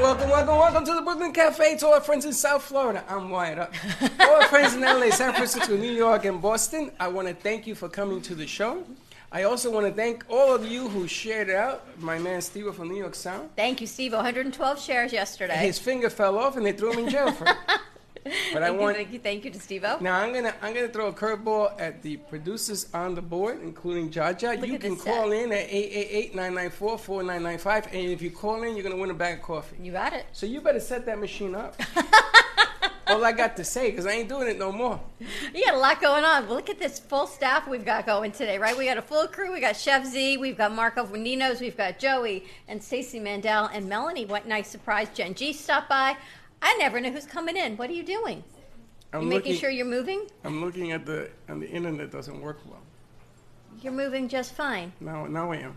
welcome, welcome to the Brooklyn Cafe. To our friends in South Florida, I'm wired up. To our friends in LA, San Francisco, New York, and Boston, I want to thank you for coming to the show. I also want to thank all of you who shared out. My man Steve from New York Sound. Thank you, Steve. 112 shares yesterday. His finger fell off, and they threw him in jail for it. But I thank, want you, thank you, thank you to Steve O. Now I'm gonna I'm gonna throw a curveball at the producers on the board, including Jaja. Look you at can this call in at 888-994-4995, and if you call in, you're gonna win a bag of coffee. You got it. So you better set that machine up. All I got to say, because I ain't doing it no more. You got a lot going on. Well, look at this full staff we've got going today, right? We got a full crew. We got Chef Z, we've got Marco Veninos, we've got Joey and Stacey Mandel and Melanie. What nice surprise. Gen G stopped by. I never knew who's coming in. What are you doing? I'm You looking, making sure you're moving? I'm looking at the and the internet doesn't work well. You're moving just fine. Now now I am.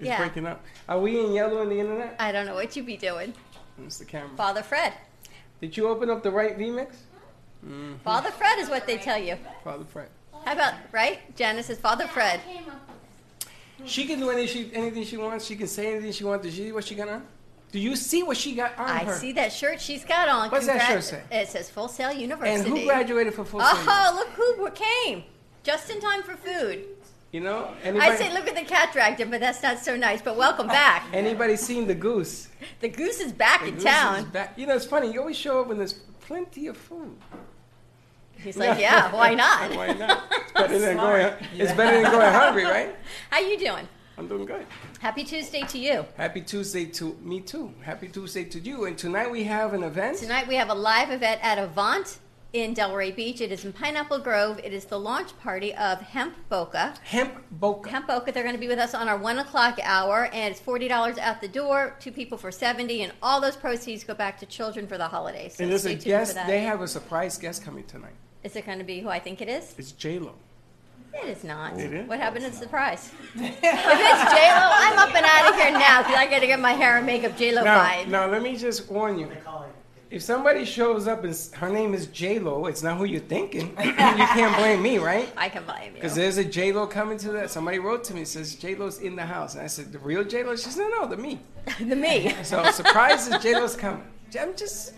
It's Yeah. breaking up. Are we in yellow in the internet? I don't know what you be doing. It's the camera. Father Fred. Did you open up the right VMix? Father Fred is what they tell you. Father Fred. How about, right? Janice is Father Fred. She can do any she, anything she wants. She can say anything she wants. Did you see what she got on? Do you see what she got on I her? see that shirt she's got on. What's that Congrat- shirt It says Full Sail University. And who graduated for full oh. Oh, look who came. Just in time for food. You know, anybody, I say, look at the cat dragged him, but that's not so nice. But welcome back. anybody seen the goose? The goose is back The in goose is town. back. You know, it's funny. You always show up when there's plenty of food. He's like, yeah, why not? Why not? It's better than going. It's better than going hungry, right? How you doing? I'm doing good. Happy Tuesday to you. Happy Tuesday to me too. Happy Tuesday to you. And tonight we have an event. Tonight we have a live event at Avant in Delray Beach. It is in Pineapple Grove. It is the launch party of Hemp Boca. Hemp Boca. Hemp Oka, they're going to be with us on our one o'clock hour, and it's forty dollars at the door, two people for seventy, and all those proceeds go back to children for the holidays. So and there's stay a tuned for guest. that. They have a surprise guest coming tonight. Is it going to be who I think it is? It's J Lo. It is not. It is? What happened to the surprise? if it's J Lo, I'm up and out of here now because I got to get my hair and makeup J Lo Now, vibe. now let me just warn you. If somebody shows up and s- her name is J Lo, it's not who you're thinking. you can't blame me, right? I can buy him. Because there's a J Lo coming to that. Somebody wrote to me says J Lo's in the house, and I said the real J Lo. She said no, no, the me. the me. So surprise is J Lo's coming. I'm just.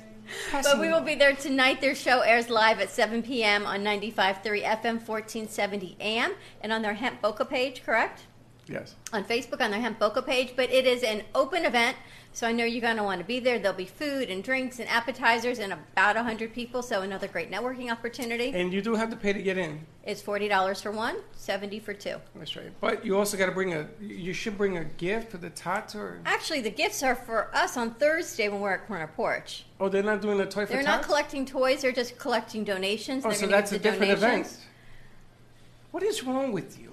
But passing we it will on. be there tonight. Their show airs live at 7 p.m. on 95.3 FM, 1470 AM, and on their Hemp Boca page, correct? Yes. on Facebook on their Hemp Boca page, but it is an open event. So I know you're going to want to be there. There'll be food and drinks and appetizers and about 100 people. So another great networking opportunity. And you do have to pay to get in. It's $40 for one, 70 for two. That's right. But you also got to bring a. You should bring a gift for the tots or. Actually, the gifts are for us on Thursday when we're at Corner Porch. Oh, they're not doing the toy for They're tots. not collecting toys, they're just collecting donations. Oh, They're so gonna that's a give the different donations. event. What is wrong with you?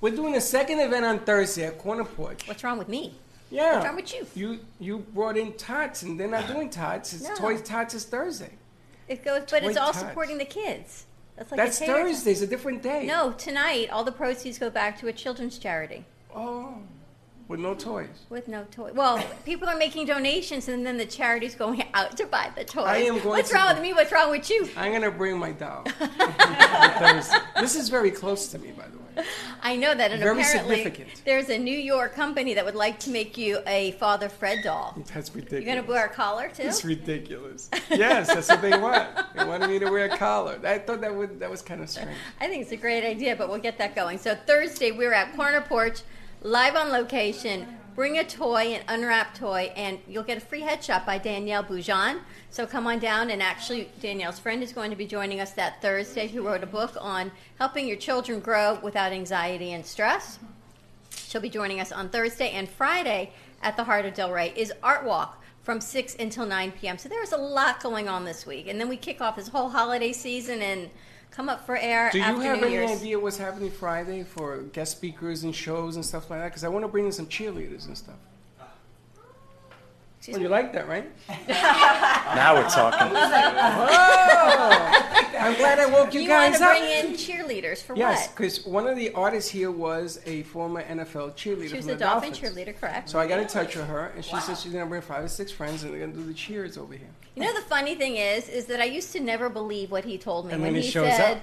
We're doing a second event on Thursday at Corner Porch. What's wrong with me? Yeah. what's wrong with you? You you brought in tots, and they're not doing tots. It's No. toys tots is Thursday. It goes, but it's Toy all tots. supporting the kids. That's like a That's tater tot. Thursday's a different day. No, tonight all the proceeds go back to a children's charity. Oh, with no toys. With no toy. Well, people are making donations, and then the charity's going out to buy the toys. I am going What's to- wrong with me? What's wrong with you? I'm gonna bring my doll. on Thursday. This is very close to me, by the way. I know that, and Very apparently significant. there's a New York company that would like to make you a Father Fred doll. That's You're ridiculous. going to wear a collar too. It's ridiculous. Yes, that's what they want. They wanted me to wear a collar. I thought that would that was kind of strange. I think it's a great idea, but we'll get that going. So Thursday we're at Corner Porch, live on location. Bring a toy, an unwrapped toy, and you'll get a free headshot by Danielle Boujon. So come on down, and actually Danielle's friend is going to be joining us that Thursday, who wrote a book on helping your children grow without anxiety and stress. She'll be joining us on Thursday and Friday at the Heart of Delray is Art Walk from 6 until 9 p.m. So there's a lot going on this week. And then we kick off this whole holiday season and come up for air Do you after have New any Year's. idea what's happening Friday for guest speakers and shows and stuff like that? Because I want to bring in some cheerleaders and stuff. Excuse Well, you like that, right? Now we're talking. I'm glad I woke you, you want guys to bring up. in cheerleaders for yes, what? because one of the artists here was a former NFL cheerleader. She was from a the dolphin Dolphins. cheerleader, correct? So I got in touch with her, and she said she's gonna bring five or six friends, and they're gonna do the cheers over here. You know the funny thing is, is that I used to never believe what he told me And when then he he shows said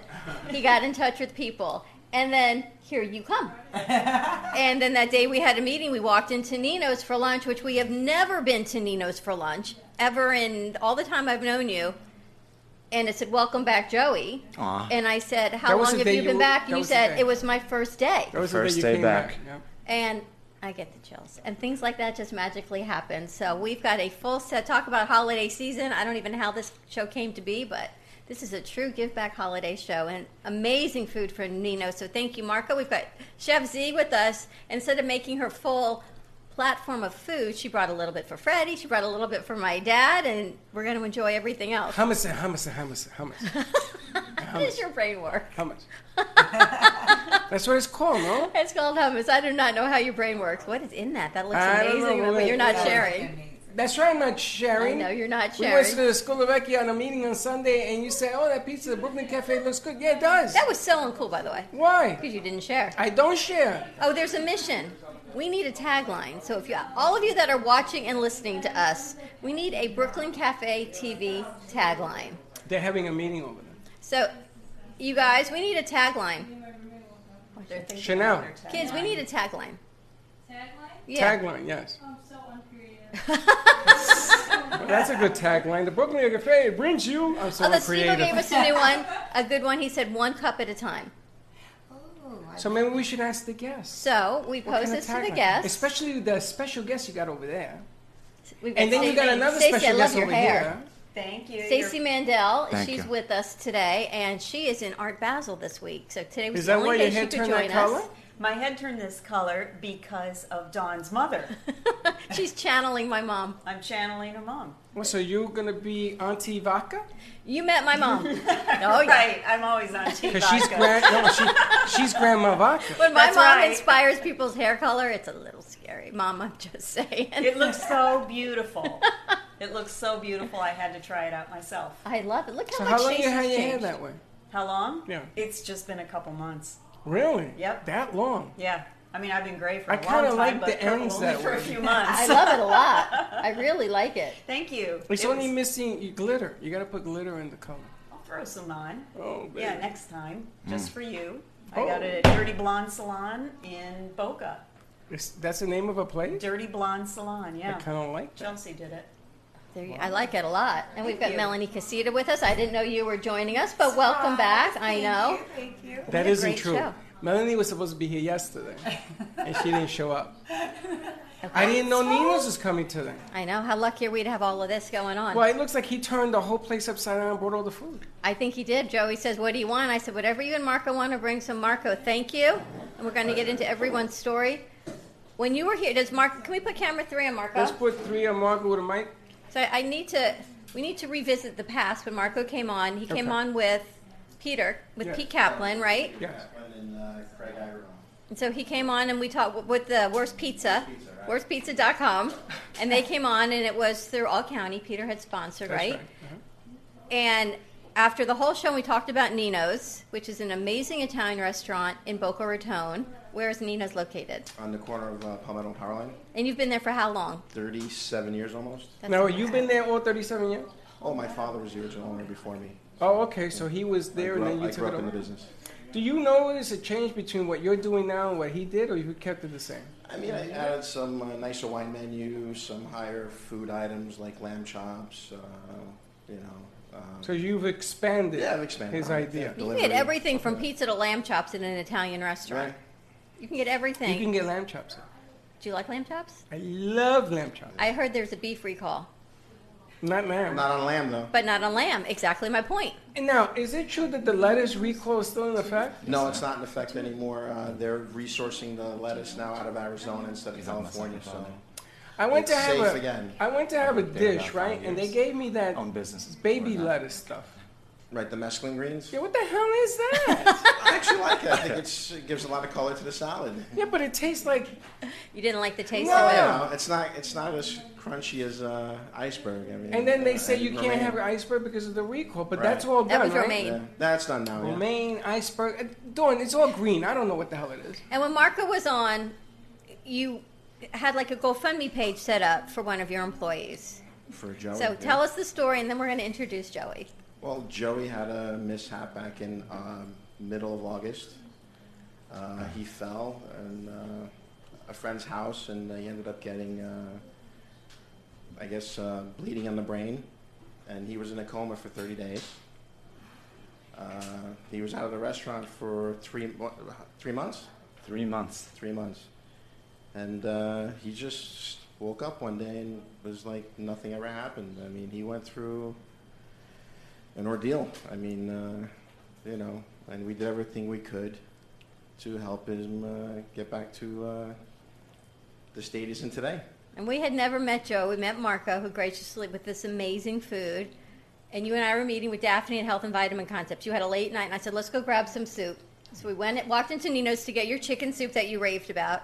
he got in touch with people. And then here you come. and then that day we had a meeting. We walked into Nino's for lunch, which we have never been to Nino's for lunch ever in all the time I've known you. And it said, "Welcome back, Joey." Aw. And I said, "How That was long the have day you you been were- back?" And that you was the said, day. "It was my first day." That was the First day you day came back. yeah. And I get the chills. And things like that just magically happen. So we've got a full set. Talk about holiday season. I don't even know how this show came to be, but this is a true give back holiday show and amazing food for Nino. So thank you, Marco. We've got Chef Z with us. Instead of making her full platform of food, she brought a little bit for Freddie, she brought a little bit for my dad, and we're going to enjoy everything else. Hummus and hummus and hummus and hummus. How does your brain work? hummus. That's what it's called, no? It's called hummus. I do not know how your brain works. What is in that? That looks I don't know, amazing, we'll but you're not let- sharing. That's right, I'm not I sharing. know you're not We sharing. went to the School of Ecchi on a meeting on Sunday, and you said, "Oh, that pizza, the Brooklyn Cafe looks good." Yeah, it does. That was so uncool, by the way, Why? because you didn't share. I don't share. Oh, there's a mission. We need a tagline. So if you, all of you that are watching and listening to us, we need a Brooklyn Cafe TV tagline. They're having a meeting over there. So, you guys, we need a tagline. Chanel Kids, we need a tagline. Tagline? Yeah. tagline, yes. I'm so uncreative. Well, that's a good tagline. The Brooklyn Cafe brings you. I'm so Oh, the Steve gave creative. us a new one, a good one. He said one cup at a time. So maybe we should ask the guests. So we What kind pose of this to the tagline? guests. Especially the special guest you got over there. We've And then you got Stacey- another Stacey, I special love guest your over hair. here. Thank you. Stacey Mandel, Thank she's you. with us today, and she is in Art Basel this week. So today was Is the that why only your day she hair could turned join that color? us. My head turned this color because of Dawn's mother. she's channeling my mom. I'm channeling her mom. Well, so you're gonna be Auntie Vaca? You met my mom. oh yeah. Right. I'm always on TV. Because she's grand. No, she, she's Grandma Vaca. When my That's mom right. inspires people's hair color, it's a little scary. Mom, I'm just saying. It looks so beautiful. It looks so beautiful. I had to try it out myself. I love it. Look how So much how long she's you had your hair changed. that way? How long? Yeah. It's just been a couple months. Really? Yep. That long. Yeah. I mean, I've been gray for I a long kinda time, like but the for- ends only that for way. a few months. I love it a lot. I really like it. Thank you. It's It only was- missing y- glitter. You gotta put glitter in the color. I'll throw some on. Oh, baby. Yeah, next time, just for you. Oh. I got it at Dirty Blonde Salon in Boca. It's- that's the name of a play? Dirty Blonde Salon, I yeah. kind of like that. Chelsea did it. There you, I like it a lot. And we've got Thank you. Melanie Casita with us. I didn't know you were joining us, but Oh, welcome back. I know. Thank you. That a isn't great true. show. Melanie was supposed to be here yesterday, and she didn't show up. I didn't know Nino's was coming today. I know. How lucky are we to have all of this going on? Well, it looks like he turned the whole place upside down and brought all the food. I think he did. Joey says, What do you want? I said, Whatever you and Marco want to bring. So, Marco, thank you. And we're going to get into everyone's story. When you were here, does Mark, can we put camera three on Marco? Let's put three on Margaret with a mic. So, I I need to, we need to revisit the past when Marco came on. He came Okay. on with Peter, with Yeah. Pete Kaplan, right? Yes. And uh, Craig Iron. And so he came on and we talked w- with the Worst Pizza, Pizza, right. worstpizza.com. And they came on and it was through All County. Peter had sponsored, That's right? And after the whole show, we talked about Nino's, which is an amazing Italian restaurant in Boca Raton. Where is Nino's located? On the corner of uh, Palmetto and Powerline, And you've been there for how long? 37 years almost. That's Now, amazing. you've been there all 37 years? Oh, my father was the original owner before me. Oh, okay. So he was there, I grew and then up, you I took grew it up in the over. business. Do you notice a change between what you're doing now and what he did, or you kept it the same? I mean, I added some uh, nicer wine menus, some higher food items like lamb chops, uh, you know. Um, So you've expanded. yeah, I've expanded. His on it. idea. You Yeah, can get delivery, everything stuff from like that. pizza to lamb chops in an Italian restaurant. Right. You can get everything. You can get lamb chops. Do you like lamb chops? I love lamb chops. I heard there's a beef recall, Not lamb. Not on lamb, though. but not on lamb. Exactly my point. And now, is it true that the lettuce recall is still in effect? No, it's not in effect anymore. Uh, they're resourcing the lettuce now out of Arizona instead of California. So I went to It's have a safe again. I went to have a I've been there dish, about right? five And they years. gave me that Oh, Own businesses before baby now. lettuce stuff. right, the mescaline greens. Yeah, what the hell is that? I actually like it. I think it's, it gives a lot of color to the salad. yeah, but it tastes like You didn't like the taste Oh, of it. No. yeah. It's not. It's not as crunchy as uh, iceberg. I mean, and then they uh, say you and can't romaine. have iceberg because of the recall, but Right. that's all That done, was right? Oh, romaine. Yeah, that's done now. Yeah. Romaine, iceberg, uh, Dawn, it's all green. I don't know what the hell it is. And when Marco was on, you had like a GoFundMe page set up for one of your employees. For Joey. So tell us the story, and then we're going to introduce Joey. Well, Joey had a mishap back in um, middle of uh, August. Uh, he fell in uh, a friend's house, and he ended up getting, uh, I guess, uh, bleeding on the brain, and he was in a coma for 30 days. Uh, he was out of the restaurant for three mo- three months. Three months. Three months, and uh, he just woke up one day and was like nothing ever happened. I mean, he went through an ordeal. I mean, uh, you know, and we did everything we could to help him uh, get back to uh, the state he's in today. And we had never met Joe. We met Marco, who graciously with this amazing food. And you and I were meeting with Daphne at Health and Vitamin Concepts. You had a late night, and I said, "Let's go grab some soup." So we went, walked into Nino's to get your chicken soup that you raved about.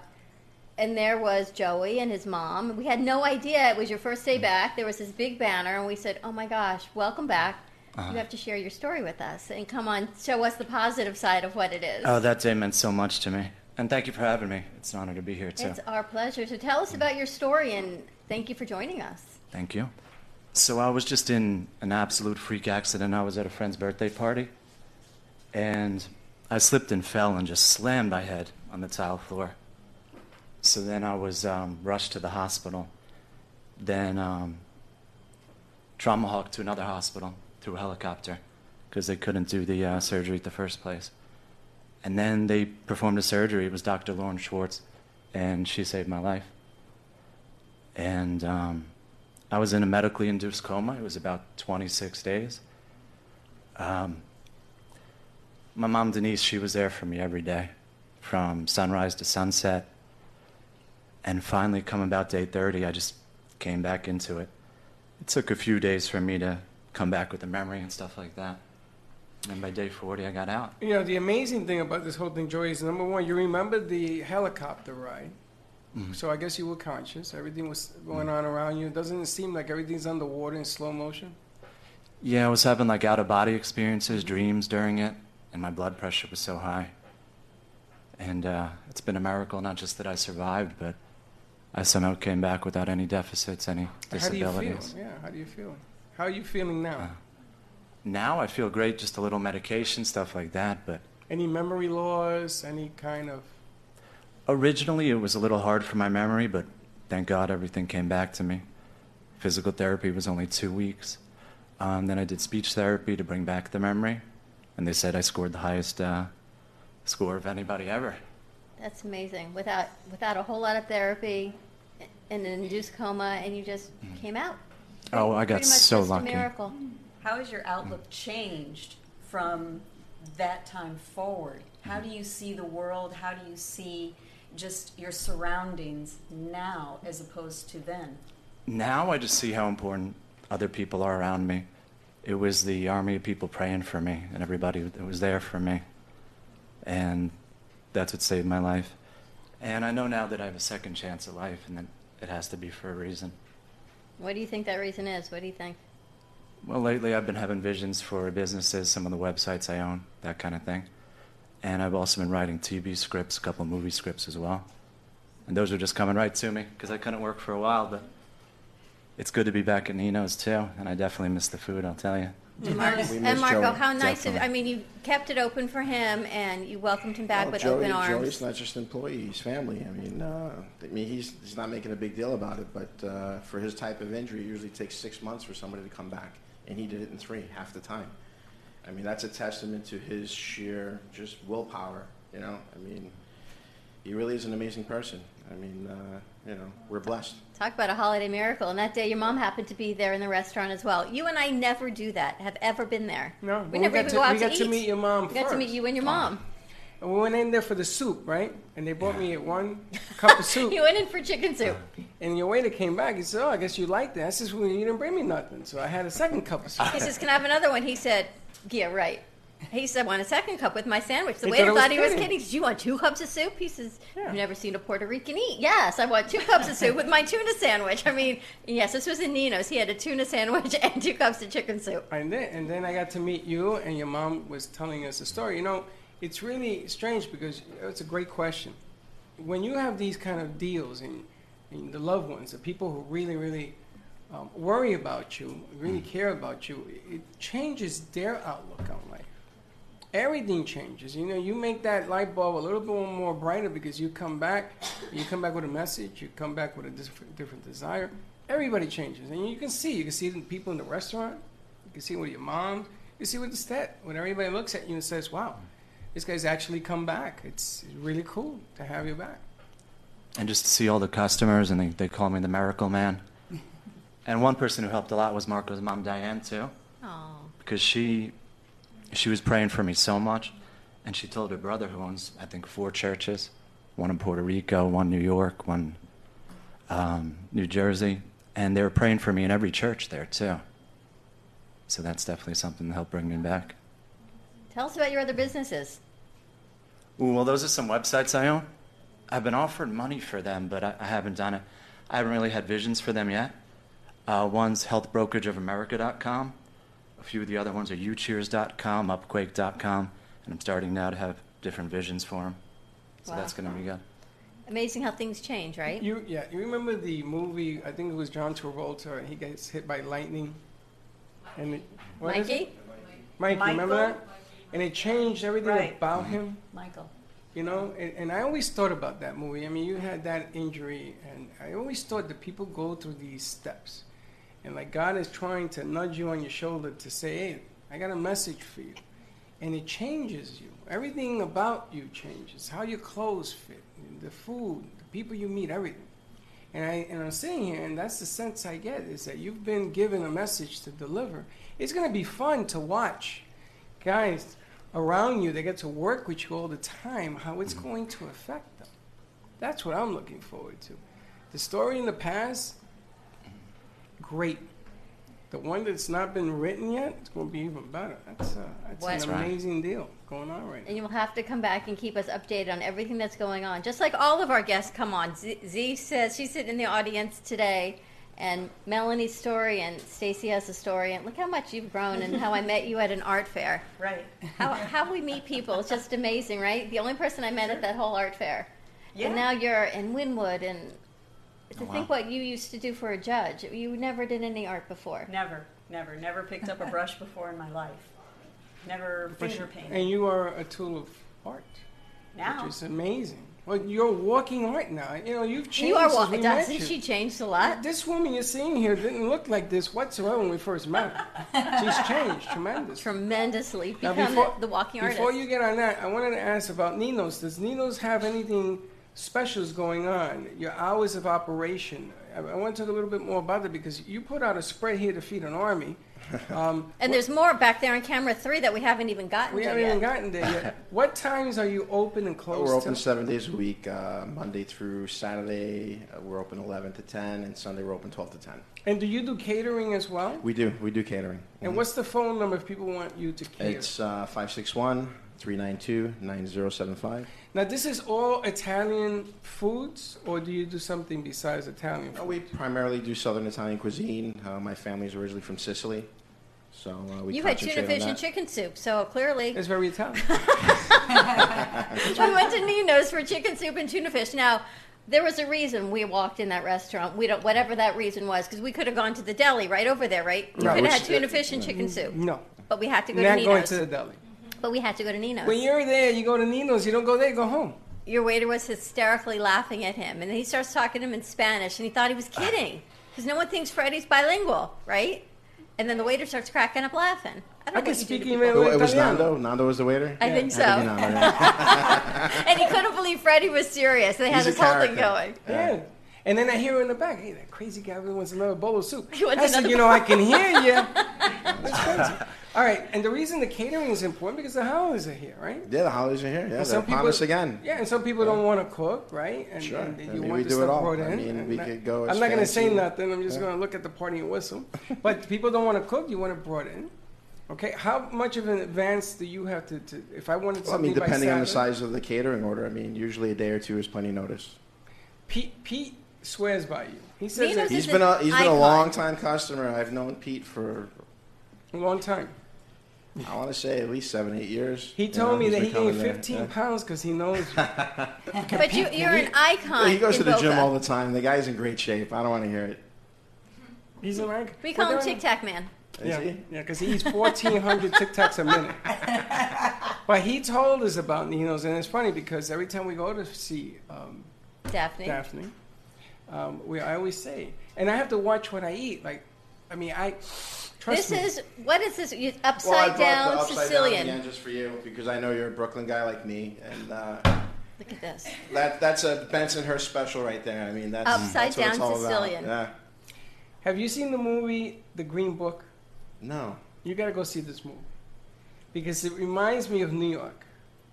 And there was Joey and his mom. We had no idea it was your first day back. There was this big banner, and we said, "Oh my gosh, welcome back! Uh-huh. You have to share your story with us and come on, show us the positive side of what it is." Oh, that day meant so much to me. And thank you for having me. It's an honor to be here, too. It's our pleasure. So tell us about your story, and thank you for joining us. Thank you. So I was just in an absolute freak accident. I was at a friend's birthday party, and I slipped and fell and just slammed my head on the tile floor. So then I was um, rushed to the hospital, then um, trauma hawked to another hospital through a helicopter because they couldn't do the uh, surgery at the first place. And then they performed a surgery. It was Dr. Lauren Schwartz, and she saved my life. And um, I was in a medically induced coma. It was about 26 days. Um, my mom, Denise, she was there for me every day, from sunrise to sunset. And finally, come about day 30, I just came back into it. It took a few days for me to come back with the memory and stuff like that. And by day 40, I got out. You know, the amazing thing about this whole thing, Joey, is number one, you remember the helicopter ride. So I guess you were conscious. Everything was going on around you. Doesn't it seem like everything's underwater in slow motion? Yeah, I was having like out of body experiences, dreams during it, and my blood pressure was so high. And uh, it's been a miracle, not just that I survived, but I somehow came back without any deficits, any How do you disabilities. feel? Yeah, how do you feel? How are you feeling now? Now I feel great, just a little medication, stuff like that, but any memory loss? Any kind of. Originally, it was a little hard for my memory, but thank God everything came back to me. Physical therapy was only two weeks. Um, then I did speech therapy to bring back the memory, and they said I scored the highest uh, score of anybody ever. That's amazing. Without without a whole lot of therapy, and an induced coma, and you just came out. Oh, I got Pretty much so just lucky. A miracle. How has your outlook changed from that time forward? How do you see the world? How do you see just your surroundings now as opposed to then? Now I just see how important other people are around me. It was the army of people praying for me and everybody that was there for me. And that's what saved my life. And I know now that I have a second chance at life, and that it has to be for a reason. What do you think that reason is? What do you think? Well, lately I've been having visions for businesses, some of the websites I own, that kind of thing. And I've also been writing TV scripts, a couple movie scripts as well. And those are just coming right to me because I couldn't work for a while, but it's good to be back at Nino's too. And I definitely miss the food, I'll tell you. And, Mar- We and miss Marco, Joey, how nice of definitely. I mean, you kept it open for him, and you welcomed him back Oh, Well, with Joey, open arms. Joey's not just employee; he's family. I mean, uh, I mean, he's he's not making a big deal about it, but uh, for his type of injury, it usually takes six months for somebody to come back, and he did it in three, half the time. I mean, that's a testament to his sheer just willpower. You know, I mean, he really is an amazing person. I mean, uh, you know, we're blessed. Talk about a holiday miracle. And that day, your mom happened to be there in the restaurant as well. You and I never do that. Have ever been there? No, we but never got even to, go out we got to, eat. meet your mom We first. got to meet you and your mom. And we went in there for the soup, right? And they brought me one cup of soup. You went in for chicken soup. And your waiter came back. He said, "Oh, I guess you liked it." I said, "Well, you didn't bring me nothing." So I had a second cup of soup. He says, "Can I have another one?" He said, "Yeah, right." He said, "I want a second cup with my sandwich." The He waiter thought I thought was he was kidding. kidding. He says, "You want two cups of soup?" He says, Yeah. "You've never seen a Puerto Rican eat." Yes, I want two cups of soup with my tuna sandwich. I mean, yes, this was in Nino's. He had a tuna sandwich and two cups of chicken soup. And then, and then I got to meet you, and your mom was telling us a story. You know, it's really strange because it's a great question. When you have these kind of deals and, and the loved ones, the people who really, really um, worry about you, really care about you, it changes their outlook on life. everything changes. You know, you make that light bulb a little bit more brighter because you come back, you come back with a message, you come back with a different, different desire. Everybody changes, and you can see. You can see the people in the restaurant. You can see with your mom. You see with the stat when everybody looks at you and says, "Wow, this guy's actually come back." It's really cool to have you back. and just to see all the customers, and they, they call me the Miracle Man. and one person who helped a lot was Marco's mom, Diane, too, Oh, because she she was praying for me so much, and she told her brother, who owns I think four churches, one in Puerto Rico, one New York, one um, New Jersey, and they were praying for me in every church there too. So that's definitely something that helped bring me back. tell us about your other businesses. Ooh, well, those are some websites I own. I've been offered money for them, but I, I haven't done it. I haven't really had visions for them yet. Uh, one's healthbrokerageofamerica.com. A few of the other ones are ucheers.com, upquake.com, and I'm starting now to have different visions for them. So Wow. that's going to be good. Amazing how things change, right? You yeah, you remember the movie? I think it was John Travolta, and he gets hit by lightning. And it, what is it? Mikey? Mike, you remember Michael? that? And it changed everything Right. about him. Michael. You know, and, and I always thought about that movie. I mean, you had that injury, and I always thought that people go through these steps, and like God is trying to nudge you on your shoulder to say, "Hey, I got a message for you," and it changes you. Everything about you changes. How your clothes fit, the food, the people you meet, everything. And I and I'm sitting here, and that's the sense I get is that you've been given a message to deliver. It's going to be fun to watch, guys around you. They get to work with you all the time. How it's going to affect them. That's what I'm looking forward to. The story in the past, great. The one that's not been written yet, it's going to be even better. That's, uh, that's What- That's an right. amazing deal going on right now. And you'll have to come back and keep us updated on everything that's going on, just like all of our guests come on. Z, Z says she's sitting in the audience today, and Melanie's story and Stacy has a story. And look how much you've grown and how I met you at an art fair. Right. How, how we meet people is just amazing, right? The only person I met at that whole art fair. Yeah. And now you're in Wynwood, and to Oh, wow. think what you used to do for a judge, you never did any art before. Never, never, never picked up a brush before in my life. Never finger painted. And you are a tool of art. Now, Which is amazing. Well, you're walking art now. You know, you've changed. You are since we walking. met Doesn't you. she changed a lot? This woman you're seeing here didn't look like this whatsoever when we first met. She's changed tremendously. Tremendously Now, become before- the walking artist. Before you get on that, I wanted to ask about Ninos. Does Ninos have anything specials going on? Your hours of operation. I, I want to talk a little bit more about that because you put out a spread here to feed an army. Um, And there's more back there on camera three that we haven't even gotten we to haven't yet. even gotten there yet. What times are you open and closed? We're open till? seven days a week, uh, Monday through Saturday. Uh, we're open 11 to 10, and Sunday we're open 12 to 10. And do you do catering as well? We do. We do catering. Mm-hmm. And what's the phone number if people want you to cater? It's uh, 561 392 9075. Now, this is all Italian foods, or do you do something besides Italian food? We primarily do southern Italian cuisine. Uh, my family's originally from Sicily, so uh, we You had concentrate tuna on fish that. and chicken soup, so clearly It's very Italian. we went to Nino's for chicken soup and tuna fish. Now, there was a reason we walked in that restaurant. We don't, whatever that reason was, because we could have gone to the deli right over there, right? We Right, could have which- had tuna fish and chicken soup, no, but we had to go not to going Nino's. to the deli. But we had to go to Nino's. When you're there, you go to Nino's. You don't go there, you go home. Your waiter was hysterically laughing at him, and then he starts talking to him in Spanish, and he thought he was kidding, because no one thinks Freddy's bilingual, right? And then the waiter starts cracking up laughing. I don't know I can what you do speak to people. email. Who- it was Italiano. Nando. Nando was the waiter. I think so. Had to be Nando, yeah. and he couldn't believe Freddie was serious. They had He's a this whole thing going. character. Yeah. And then I hear in the back, hey, that crazy guy really wants another bowl of soup. He wants I said, another you know, I can hear you. That's crazy. All right, and the reason the catering is important because the holidays are here, right? Yeah, the holidays are here. Yeah, And they're upon us again. Yeah, and some people don't want to cook, right? And, Sure. and I you mean, want we the do it stuff all. brought I in. mean, and we not- could go as I'm not going to say fancy. nothing. I'm just Yeah. going to look at the party and whistle. but people don't want to cook. You want it brought in. Okay, how much of an advance do you have to? to if I wanted Well, I something mean, depending by on the Saturday- size of the catering order, I mean, usually a day or two is plenty notice. Pete, Pete swears by you. He says Nino's it is- He's an been a he's been a icon. long time customer. I've known Pete for a long time. I want to say at least seven eight years. He You told know, me he's that been he coming gained there. 15 Yeah. pounds because he knows you. But you, you're an icon. Well, he goes in to the Boca. gym all the time. The guy's in great shape. I don't want to hear it. He's an icon. We call him Well, Tic Tac Man. Is Yeah, he? yeah, because he eats 1,400 Tic Tacs a minute. But he told us about Nino's, and it's funny because every time we go to see um, Daphne. Daphne, um, we I always say, and I have to watch what I eat. Like, I mean, I trust This me. is what is this? You- Well, I Upside brought the down upside down Sicilian. again just for you because I know you're a Brooklyn guy like me, and uh, Look at this. that that's a Benson Hurst special right there. I mean, that's Upside that's what it's down all about. Sicilian. Yeah. have you seen the movie The Green Book? No. You gotta go see this movie because it reminds me of New York.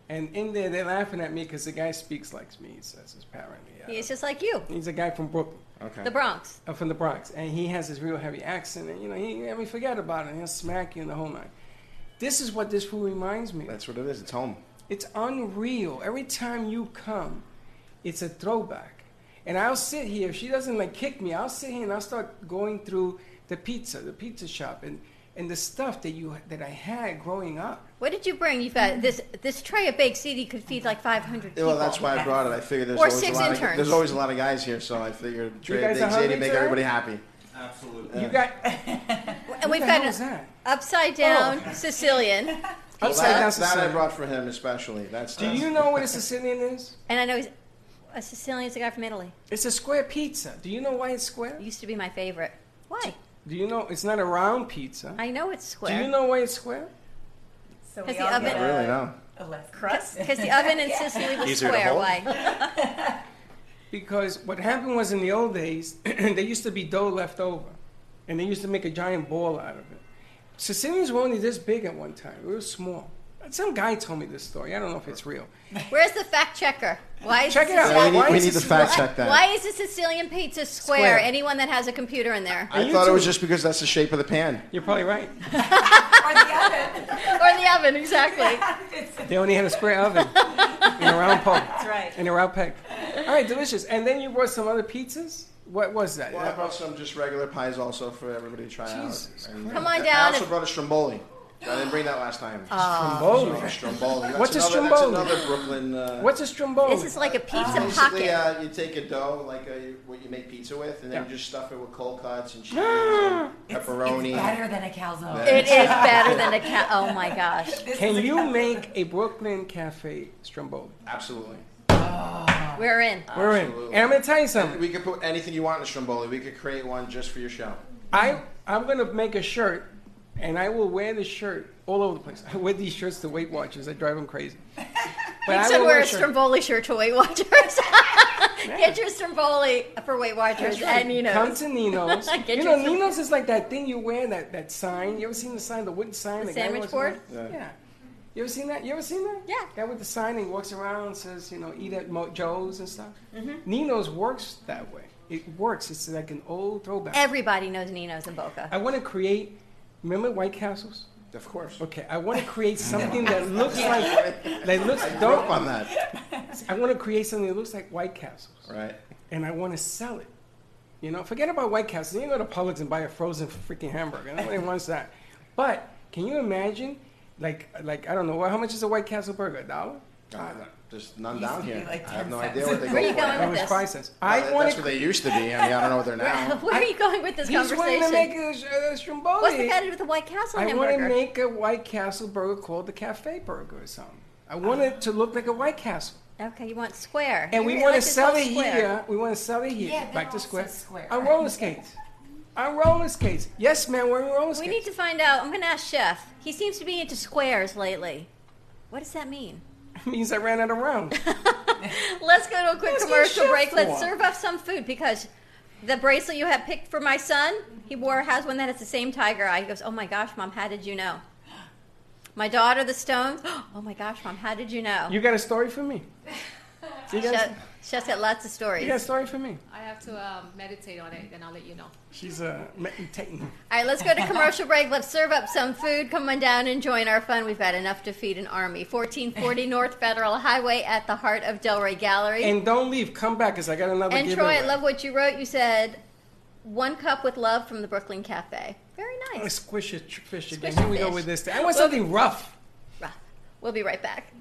And in there, they're laughing at me because the guy speaks like me. He says apparently, yeah. He's just like you, He's a guy from Brooklyn. Okay. the Bronx. uh, from the Bronx, and he has this real heavy accent, and you know, he, I mean, forget about it, and he'll smack you in the whole night. This is what this food reminds me of. that's what it is. It's home. It's unreal. Every time you come, it's a throwback. And I'll sit here, if she doesn't like kick me, I'll sit here and I'll start going through the pizza, the pizza shop, and, and the stuff that you that I had growing up. What did you bring? You've got this this tray of baked ziti could feed like 500 people. Well, that's why I brought it. I figured there's Or always six a lot interns. Of, there's always a lot of guys here, so I figured trade guys are things in hungry to make today? everybody happy. Absolutely. You got And we've the got hell is an that? Oh. upside down Sicilian. Upside down that, that I Sicilian. brought for him especially. That's Do that's- you know what a Sicilian is? And I know he's a Sicilian's a guy from Italy. It's a square pizza. Do you know why it's square? It used to be my favorite. Why? Do you know it's not a round pizza? I know it's Do square. you know why it's square? So Has we the all oven- get Not a- really, no. a left crust. Because the oven in Sicily was Easier to square. hold. Why? Because what happened was in the old days, there used to be dough left over, and they used to make a giant ball out of it. Sicilians were only this big at one time. We were small. Some guy told me this story. I don't know if it's real. Where's the fact checker? Why is Check it out. Sicilian- Yeah, Why we need, we is need to this- fact check that. Why is the Sicilian pizza square? Square. Anyone that has a computer in there, I You thought too. it was just because that's the shape of the pan. You're probably right. or the oven, exactly. They only had a square oven and a round pole That's right. and a round peg. All right, delicious. And then you brought some other pizzas. What was that? Well, I brought some just regular pies also for everybody to try Jesus out. And Come on I down Oh. also and- brought a stromboli. I didn't bring that last time. Stromboli. So, stromboli. That's What's a another, stromboli? That's another Brooklyn. Uh, What's a stromboli? This is like a pizza Basically, pocket. uh, you take a dough like a, what you make pizza with, and then Yeah. you just stuff it with cold cuts and cheese, and pepperoni. better than a calzone. Yeah. it is better than a cat. Oh my gosh! Can you make a Brooklyn cafe stromboli? Absolutely. We're in. We're in. Absolutely. And I'm going to tell you something. We could put anything you want in a stromboli. We could create one just for your show. I I'm gonna make a shirt, and I will wear this shirt all over the place. I wear these shirts to Weight Watchers. I drive them crazy. But You I should will wear a shirt. Stromboli shirt to Weight Watchers. Get your Stromboli for Weight Watchers and you Come know. to Nino's. Get you your know, Strom- Nino's is like that thing you wear that that sign. You ever seen the sign, the wooden sign, The guy sandwich walks board? around? Yeah. You ever seen that? You ever seen that? Yeah. Guy with the sign and he walks around and says, you know, eat at Mo- Joe's and stuff. Mm-hmm. Nino's works that way. It works. It's like an old throwback. Everybody knows Nino's and Boca. I want to create. Remember White Castles? Of course. Okay, I want to create something that looks like that looks I grew up don't. on that. I want to create something that looks like White Castles, Right. and I want to sell it. You know, forget about White Castles. You can go to Publix and buy a frozen freaking hamburger. Nobody wants that. But can you imagine, like, like I don't know, how much is a White Castle burger? A dollar? Uh, there's none Used to down be here. like I have 10 no cents. idea what they go Where you for. going? It Look at was this. five cents. I, I want that's what to. they used to be. I mean, I don't know what they're now. Where are you going with this He's wanting to make conversation? a, a stromboli. What's the matter with the White Castle I want to hamburger? make a White Castle burger called the Cafe Burger or something. I want Oh. it to look like a White Castle. Okay, you want square. And we You're want to like this sell whole it square. here. We want to sell it here. Yeah, they're Back to also square. square. On roller skates. On roller skates. Yes, man, we're on roller We skates. need to find out. I'm going to ask Chef. He seems to be into squares lately. What does that mean? It means I ran out of rounds. Let's go to a quick Let's get commercial Chef break. Let's one. serve up some food because the bracelet you have picked for my son, he wore has one that has the same tiger eye. He goes, "Oh my gosh, mom, how did you know?" My daughter, the stones. Oh my gosh, mom, how did you know? You got a story for me? You got, Chef, Chef's got lots of you got a stories. story for me? I have to um, meditate on it, and I'll let you know. She's a meditating. All right, let's go to commercial break. Let's serve up some food. Come on down and join our fun. We've got enough to feed an army. 1440 North Federal Highway at the heart of Delray Gallery. And don't leave. Come back because I got another And Troy, giveaway. I love what you wrote. You said, "One cup with love from the Brooklyn Cafe." Very I'm nice. gonna squish a tr- fish again. Squish a Here we go fish. with this thing. I want something rough. Rough. We'll be right back.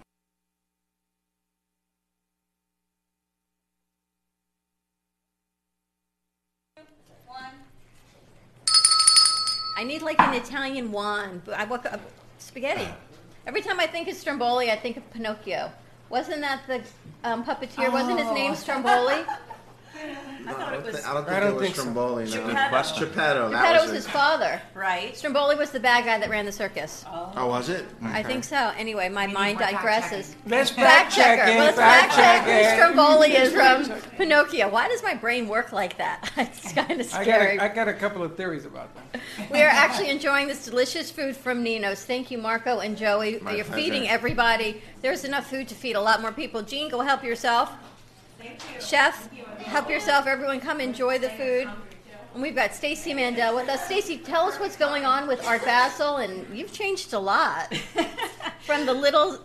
I need like an Italian wine. but I woke up spaghetti. Every time I think of Stromboli, I think of Pinocchio. Wasn't that the um, puppeteer? Wasn't his name Stromboli? I thought it was I don't think I don't it was think so. Stromboli. no. Geppetto. Question. Geppetto Geppetto. That was was his it. father. right. Stromboli was the bad guy that ran the circus. Oh, was it? I think so. Anyway, my mind more fact digresses. Let's Fact checker. it, Well, Let's fact check who Stromboli is from Pinocchio. Why does my brain work like that? It's kind of I got, scary. a, I got a couple of theories about that. We are actually enjoying this delicious food from Nino's. Thank you, Marco and Joey. My You're pleasure. feeding everybody. There's enough food to feed a lot more people. Gene, go help yourself. Chef, help yourself. Everyone, come enjoy the food. And we've got Stacy Mandel with us. Stacy, tell us what's going on with Art Basel, and you've changed a lot from the little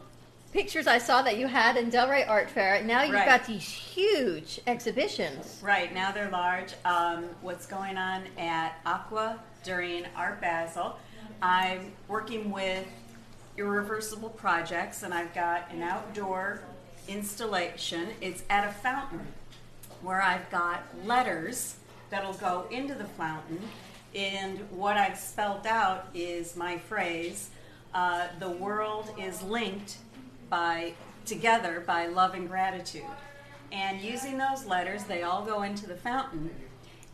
pictures I saw that you had in Delray Art Fair. Now you've Right. got these huge exhibitions. Right, now they're large. Um, what's going on at Aqua during Art Basel? I'm working with Irreversible Projects, and I've got an outdoor installation. It's at a fountain where I've got letters that'll go into the fountain, and what I've spelled out is my phrase uh, the world is linked by together by love and gratitude. And using those letters, they all go into the fountain.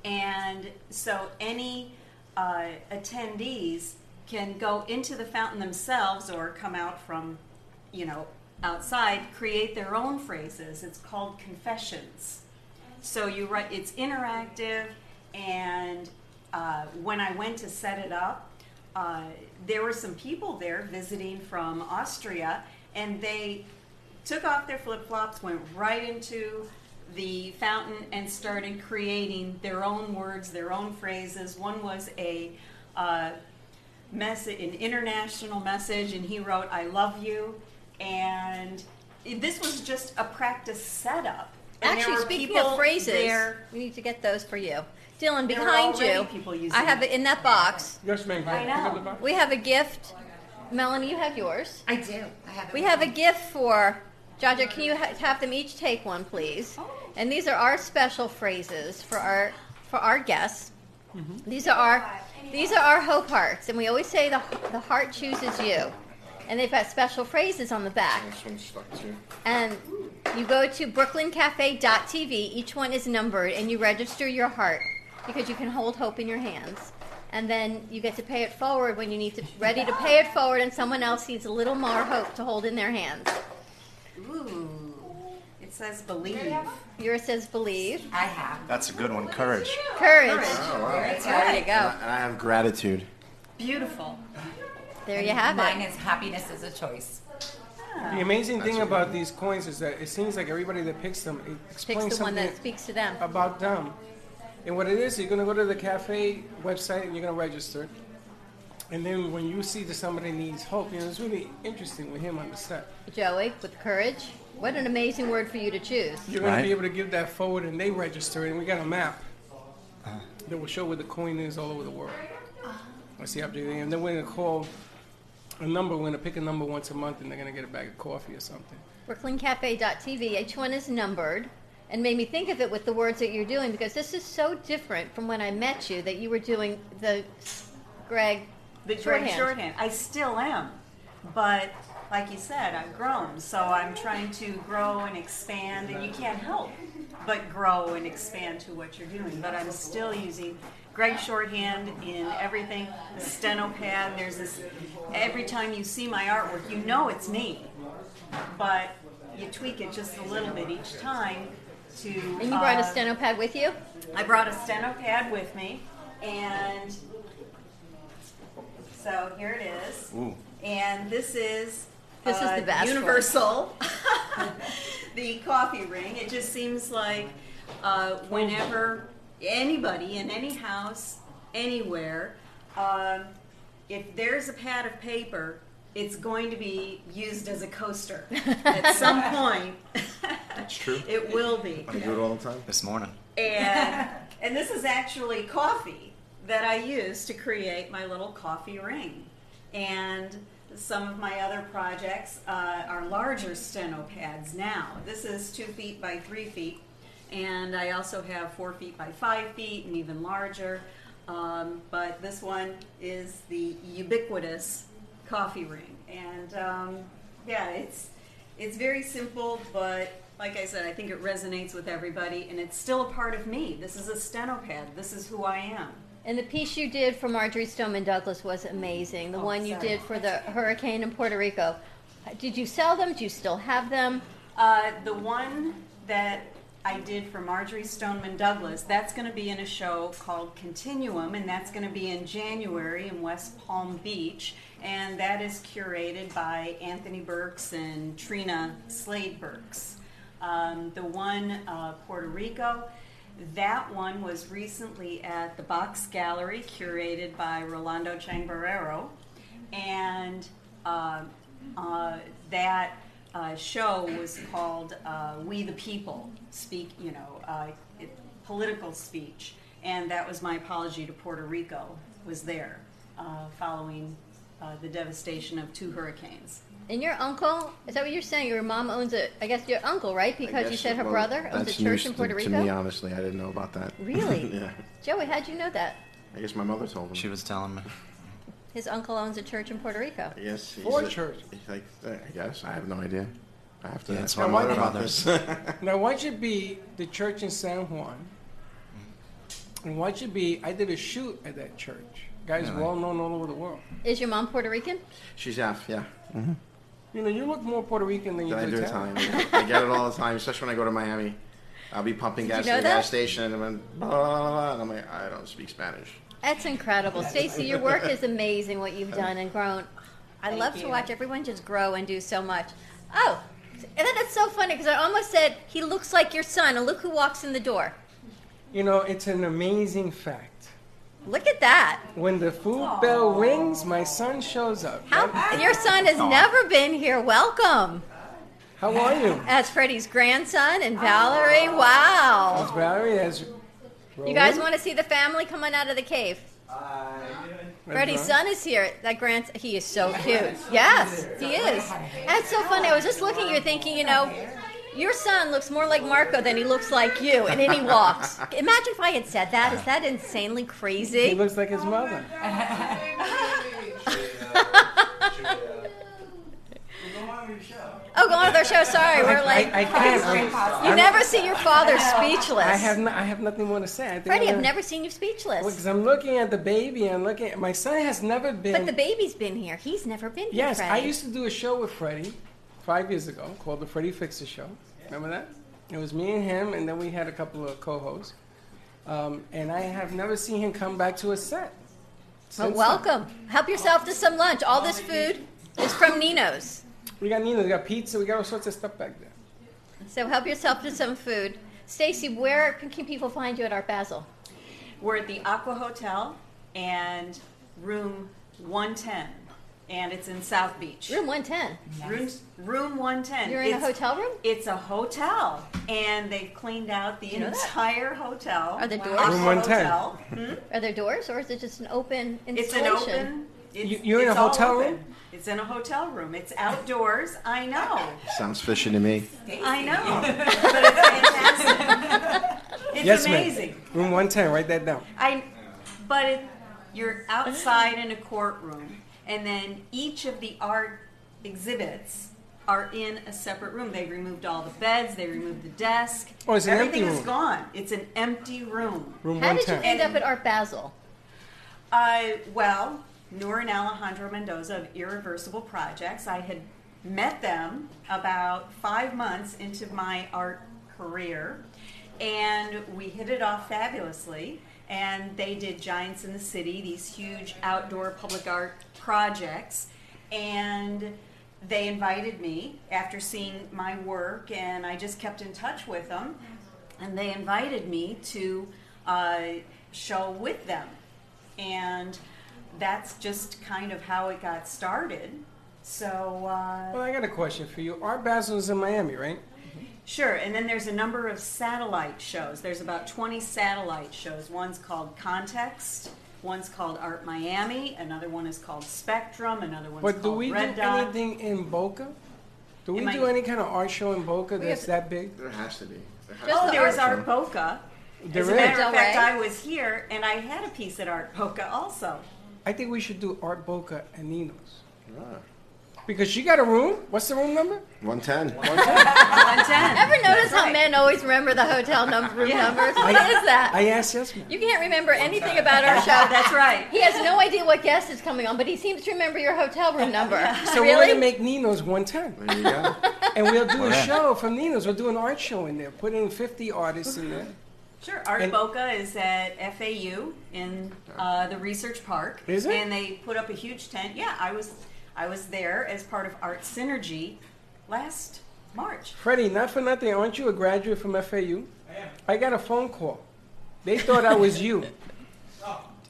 And so any uh, attendees can go into the fountain themselves or come out from, you know, outside, create their own phrases. It's called confessions. So you write, it's interactive, and uh, when I went to set it up, uh, there were some people there visiting from Austria, and they took off their flip flops, went right into the fountain, and started creating their own words, their own phrases. One was a uh, message, an international message, and he wrote, "I love you," and it- this was just a practice setup. And there Actually, were speaking people of phrases, there- we need to get those for you. Dylan, There were behind already you, people using I have it. it in that box. Yes, ma'am. I Pick up know. the box. We have a gift. Melanie, you have yours. I do. I have. it We with have a me. gift for Jaja. Can you ha- have them each take one, please? Oh. And these are our special phrases for our for our guests. Mm-hmm. These are our these are our hope hearts, and we always say the the heart chooses you. And they've got special phrases on the back. This one's stuck too. And Um, you go to brooklyncafe.tv. Each one is numbered, and you register your heart because you can hold hope in your hands. And then you get to pay it forward when you need to, ready to pay it forward, and someone else needs a little more hope to hold in their hands. Ooh, it says believe. Yours says believe, I have. That's a good one. Courage. courage. Oh, wow. There you And go. I, and I have gratitude. Beautiful. There you have Mine it. is happiness is a choice. The amazing thing That's about these coins is that it seems like everybody that picks them it Picks explains the one something that speaks to them. about them. And what it is, you're going to go to the cafe website and you're going to register. And then when you see that somebody needs help, you know, it's really interesting with him on the set. Joey, with courage. What an amazing word for you to choose. You're going Right. to be able to give that forward and they register. And we got a map that will show where the coin is all over the world. That's the object. And then we're going to call a number. We're going to pick a number once a month and they're going to get a bag of coffee or something. BrooklynCafe.tv. Each one is numbered and made me think of it with the words that you're doing because this is so different from when I met you that you were doing the Greg The Shorthand. shorthand. shorthand. I still am, but like you said, I've grown, so I'm trying to grow and expand, and you can't help but grow and expand to what you're doing. But I'm still using Greg shorthand in everything. The steno pad. There's this. Every time you see my artwork, you know it's me, but you tweak it just a little bit each time. To and you brought a uh, steno pad with you. I brought a steno pad with me, and so here it is. Ooh. And this is uh, This is the best universal. the coffee ring. It just seems like uh, whenever anybody in any house, anywhere, um, if there's a pad of paper, it's going to be used as a coaster at some point. That's true. It will be I do it all the time. This morning. and and this is actually coffee that I use to create my little coffee ring. And some of my other projects uh, are larger steno pads now. This is two feet by three feet, and I also have four feet by five feet and even larger. Um, but this one is the ubiquitous coffee ring. And um, yeah, it's it's very simple, but like I said, I think it resonates with everybody, and it's still a part of me. This is a stenopad. This is who I am. And the piece you did for Marjorie Stoneman Douglas was amazing. The Oh, one you sorry. did for the hurricane in Puerto Rico. Did you sell them? Do you still have them? Uh, the one that I did for Marjorie Stoneman Douglas, that's going to be in a show called Continuum, and that's going to be in January in West Palm Beach. And that is curated by Anthony Burks and Trina Slade Burks. Um, the one uh, Puerto Rico, that one was recently at the Box Gallery, curated by Rolando Changbarero. And um, uh, that uh, show was called uh, "We the People Speak," you know, uh, it, political speech, and that was my apology to Puerto Rico. Was there uh, following uh, the devastation of two hurricanes? And your uncle, is that what you're saying? Your mom owns a, I guess your uncle, right? I Because you guess said it- her well, brother owns a that's church news in to- Puerto To me, Rico? honestly, I didn't know about that. Really? yeah. Joey, how'd you know that? I guess my mother told me. She was telling me. His uncle owns a church in Puerto Rico. I guess he's Four a- church. He's like, I guess I have no idea. I have to Yeah, ask it's my my mother about mother's. this. Now, why should be the church in San Juan? And why should be, I did a shoot at that church. Guys Really? well known all over the world. Is your mom Puerto Rican? She's half, yeah. You know, you look more Puerto Rican than you Then I do do Italian. Italian. I get it all the time, especially when I go to Miami. I'll be pumping gas you know at the gas that? station, and I'm blah, blah, blah, blah, and I'm like, I don't speak Spanish. That's incredible. Stacy, your work is amazing, what you've done and grown. I Thank love to you. watch everyone just grow and do so much. Oh, and then it's so funny because I almost said, he looks like your son, and look who walks in the door. You know, it's an amazing fact. Look at that. When the food bell rings, my son shows up. How, your son has never been here. Welcome. How are you? That's Freddie's grandson and Valerie. Wow. As Valerie, as You guys want to see the family coming out of the cave? Uh-huh. Freddie's son is here. That grand, he is so cute. Yes, he is. That's so funny. I was just looking at you thinking, you know, your son looks more like Marco than he looks like you, and then he walks. Imagine if I had said that. Is that insanely He crazy? looks like his mother. Oh, go on with our show. Sorry, we're I, I like, can't. I'm- you I'm- never see your father I have, speechless. no, I have nothing more to say. I think Freddie, I'm I've gonna- never seen Well, you speechless. 'cause I'm looking at the baby and looking at my son has never been. But the baby's been here. He's never been here, yes, I Freddie. used to do a show with Freddie five years ago called the Freddie Fixer Show. Remember that? It was me and him, and then we had a couple of co-hosts. Um, and I have never seen him come back to a set. But since welcome. Help yourself to some lunch. All this food is from Nino's. then. We got Nina, we got pizza, we got all sorts of stuff back there. So help yourself to some food. Stacy, where can, can people find you at Art Basel? We're at the Aqua Hotel and room 110, and it's in South Beach. Room 110. Room, room 110. You're in a It's- hotel room? It's a hotel, and they've cleaned out the you know that? entire hotel. Are there doors? Hmm? Aqua Room 110. Hotel. Are there doors or is it just an open It's an installation? open. It's, You- you're in a it's all hotel open. room? It's in a hotel room. It's outdoors. I know. Sounds fishy to me. I know. But it's fantastic. It's yes, amazing. ma'am. Room 110, write that down. I, but it, you're outside in a courtroom, and then each of the art exhibits are in a separate room. They removed all the beds, they removed the desk. Oh, it's an empty Everything is room. gone. It's an empty room. Room How did you 110. end up at Art Basel? Uh, well, Noor and Alejandro Mendoza of Irreversible Projects, I had met them about five months into my art career, and we hit it off fabulously. And they did Giants in the City, these huge outdoor public art projects, and they invited me after seeing my work, and I just kept in touch with them. And they invited me to uh, show with them and that's just kind of how it got started. So uh, Well, I got a question for you. Art Basel is in Miami, right? sure, and then there's a number of satellite shows. There's about 20 satellite shows. One's called Context. One's called Art Miami. Another one is called Spectrum. Another one's But do called we do Red Dot. anything in Boca? Do we Am I- do any kind of art show in Boca that's that big? There has to be. There has Just Oh, the there was art Art Boca. There As is. a matter of Del fact, Rey. I was here and I had a piece at Art Boca also. I think we should do Art Boca and Nino's. Because she got a room. What's the room number? 110. 110. Ever notice how men always remember the hotel number, room numbers? What is that? I asked yes, ma'am. you can't remember anything about our show. That's right. He has no idea what guest is coming on, but he seems to remember your hotel room number. So we're really? gonna make Nino's 110, There you go. and we'll do a Alright. show from Nino's. We'll do an art show in there. Put in 50 artists in there. Sure. Art And- Boca is at FAU in uh, the Research Park. Is it? And they put up a huge tent. Yeah, I was I was there as part of Art Synergy last March. Freddie, not for nothing, aren't you a graduate from FAU? I am. I got a phone call. They thought I was you.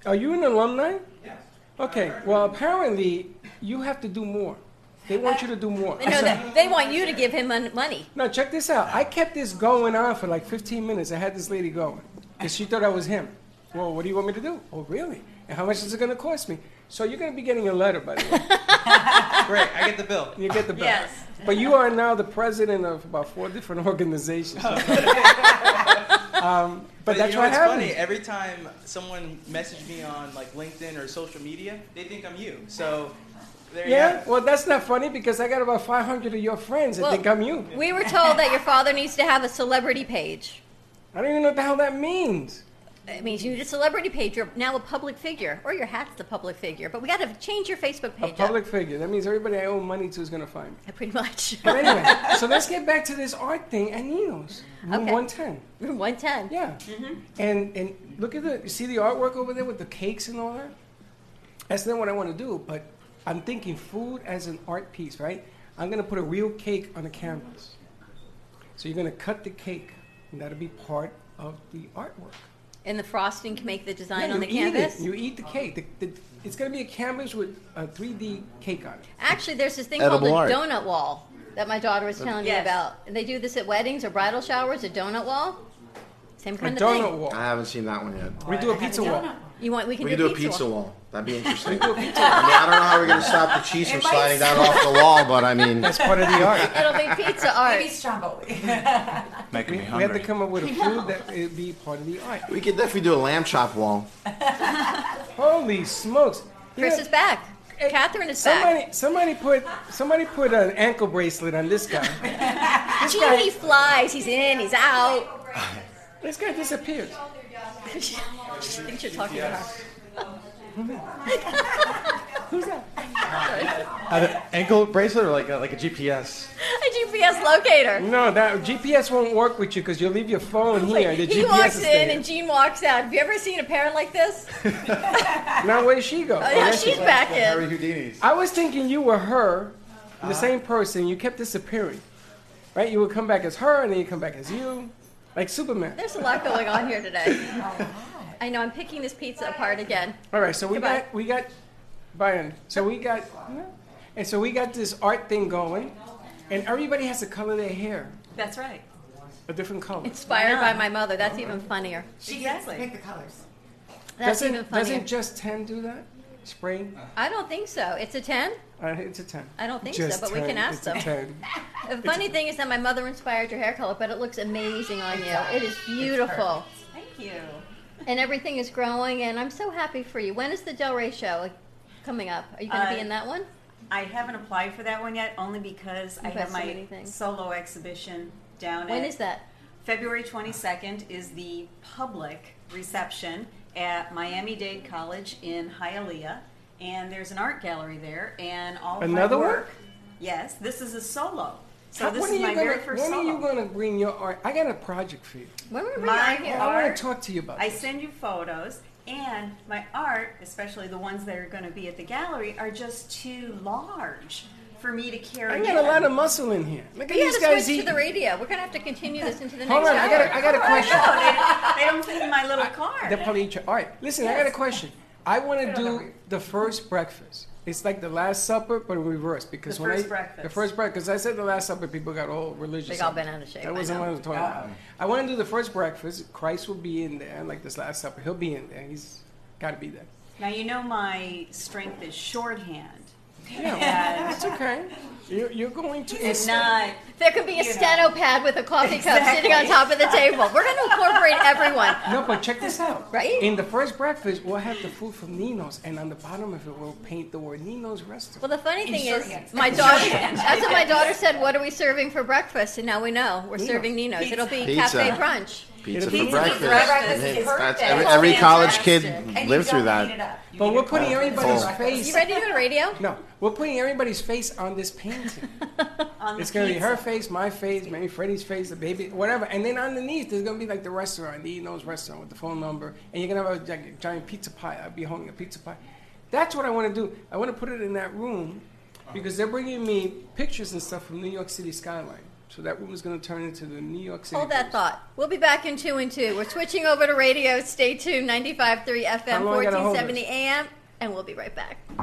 Are you an alumni? Yes. Okay, well, apparently you have to do more. They want you to do more. No, they, they want you to give him mon- money. No, check this out. I kept this going on for like 15 minutes. I had this lady going because she thought I was him. Well, what do you want me to do? Oh, really? And how much is it going to cost me? So you're going to be getting a letter, by the way. Great, I get the bill. You get the bill. Yes. But you are now the president of about four different organizations. um, but, Oh. you that's know what what's happens. funny? Every time someone messaged me on like LinkedIn or social media, they think I'm you. So there you Yeah, have it. well, that's not funny because I got about 500 of your friends that Well- think I'm you. We were told that your father needs to have a celebrity page. I don't even know what the hell that means. It means you need a celebrity page. You're now a public figure, or your hat's the public figure. But we got to change your Facebook A page. public figure. That means everybody I owe money to is going to find me. up, pretty much. But anyway, so let's get back to this art thing at Nino's. Room Okay. 110. Mm-hmm. Room 110. Yeah. And and look at the you see the artwork over there with the cakes and all that? That's not what I want to do, but I'm thinking food as an art piece, right? I'm gonna put a real cake on a canvas. So you're gonna cut the cake and that'll be part of the artwork. And the frosting can make the design Yeah, on you the eat it. canvas. You eat the cake. The- the- it's gonna be a canvas with a 3D cake on it. Actually, there's this thing Edible called a art. donut wall that my daughter was telling me Yes. about. And they do this at weddings or bridal showers, a donut wall. Same A kind of donut thing. wall. I haven't seen that one yet. We do a pizza wall. You want? We can We could do, do a pizza wall. That'd be interesting. I mean, pizza I don't know how we're gonna stop the cheese from sliding down off the wall, but I mean, That's part of the art. It'll be pizza art. Maybe Stromboli. Making We, me we have to hungry. come up with a food that would be part of the art. we could definitely do a lamb chop wall. Holy smokes! You Chris know- is back. Catherine is Somebody, back. somebody put, somebody put an ankle bracelet on this guy. this Gee, guy, he flies. He's in. He's out. this guy disappears. I think you're talking to her. ankle bracelet or like a, like a GPS? A GPS locator. No, that GPS won't work with you because you'll leave your phone here. The he GPS is walks in there. and Jean walks out. Have you ever seen a pair like this? now where she go? Oh, yeah, she's back in. Houdini's. I was thinking you were her, the same person. You kept disappearing, right? You would come back as her and then you come back as you, like Superman. There's a lot going on here today. Oh, I know. I'm picking this pizza apart again. All right, so we Goodbye. got we got Byron. So we got and so we got this art thing going, and everybody has to color their hair That's right. a different color. Inspired by my mother. Oh, That's even funnier. She gets Exactly. to pick the colors. That's doesn't, even funnier. Doesn't just 10 do that? Spray? I don't think so. It's a 10? Uh, it's a 10. I don't think Just so, but we 10, can it's ask a them. 10. The funny thing is that my mother inspired your hair color, but it looks amazing on you. It is beautiful. Thank you. And everything is growing, and I'm so happy for you. When is the Del Rey show coming up? Are you going to be Uh, in that one? I haven't applied for that one yet, only because I You've have got so my many things. solo exhibition down. When at- is that? February 22nd is the public reception at Miami Dade College in Hialeah, and there's an art gallery there, and all of my Another one? work. Yes, this is a solo. So How- this when are is you my gonna, very first When solo. are you going to bring your art? I got a project for you. When were we My on here? I want art? to talk to you about I this. send you photos, and my art, especially the ones that are going to be at the gallery, are just too large for me to I carry. got a in. lot of muscle in here. Look at We these got to guys switch to eating. the radio. We're going to have to continue this into the next Hold on, hour. I got, a, I got a question. No, they, they don't fit in my little car. They're probably eat your art. Listen, I got a question. I want to do the first breakfast. It's like the Last Supper, but in reverse. Because The when first I, the breakfast. first breakfast, I said the Last Supper, people got all religious. They all on me. been out of shape, That I wasn't what I know. Uh-huh. was talking about. I want to do the first breakfast. Christ will be in there, like this Last Supper. He'll be in there. He's got to be there. Now you know my strength is shorthand. Yeah, it's okay. You're, you're going to. and not There could be a You know. steno pad with a coffee cup sitting on Exactly. top of the table. We're going to incorporate everyone, No, but check this out. Right? In the first breakfast, we'll have the food from Nino's, and on the bottom of it, we'll paint the word Nino's Restaurant. Well, the funny thing sure is, hands. my daughter. That's what my daughter said. What are we serving for breakfast? And now we know we're Nino's. serving Nino's. It'll be Pizza. cafe brunch. Pizza Pizza for for breakfast. breakfast Hey, is that's- perfect. every, every college kid Fantastic. And you lived through don't heat it that. up. You But heat we're it putting up. everybody's Oh. face. You ready to go to radio? No, we're putting everybody's face on this painting. on the It's gonna be her pizza. face, my face, maybe Freddie's face, the baby, whatever. And then underneath, there's gonna be like the restaurant, the Nino's restaurant with the phone number, and you're gonna have a gi- giant pizza pie. I'll be holding a pizza pie. That's what I want to do. I want to put it in that room because they're bringing me pictures and stuff from New York City skyline. So that room is gonna turn into the New York City. Hold that place. thought. We'll be back in two and two. We're switching over to radio. Stay tuned. 95.3 FM, How long I gotta hold 1470 this? AM, and we'll be right back.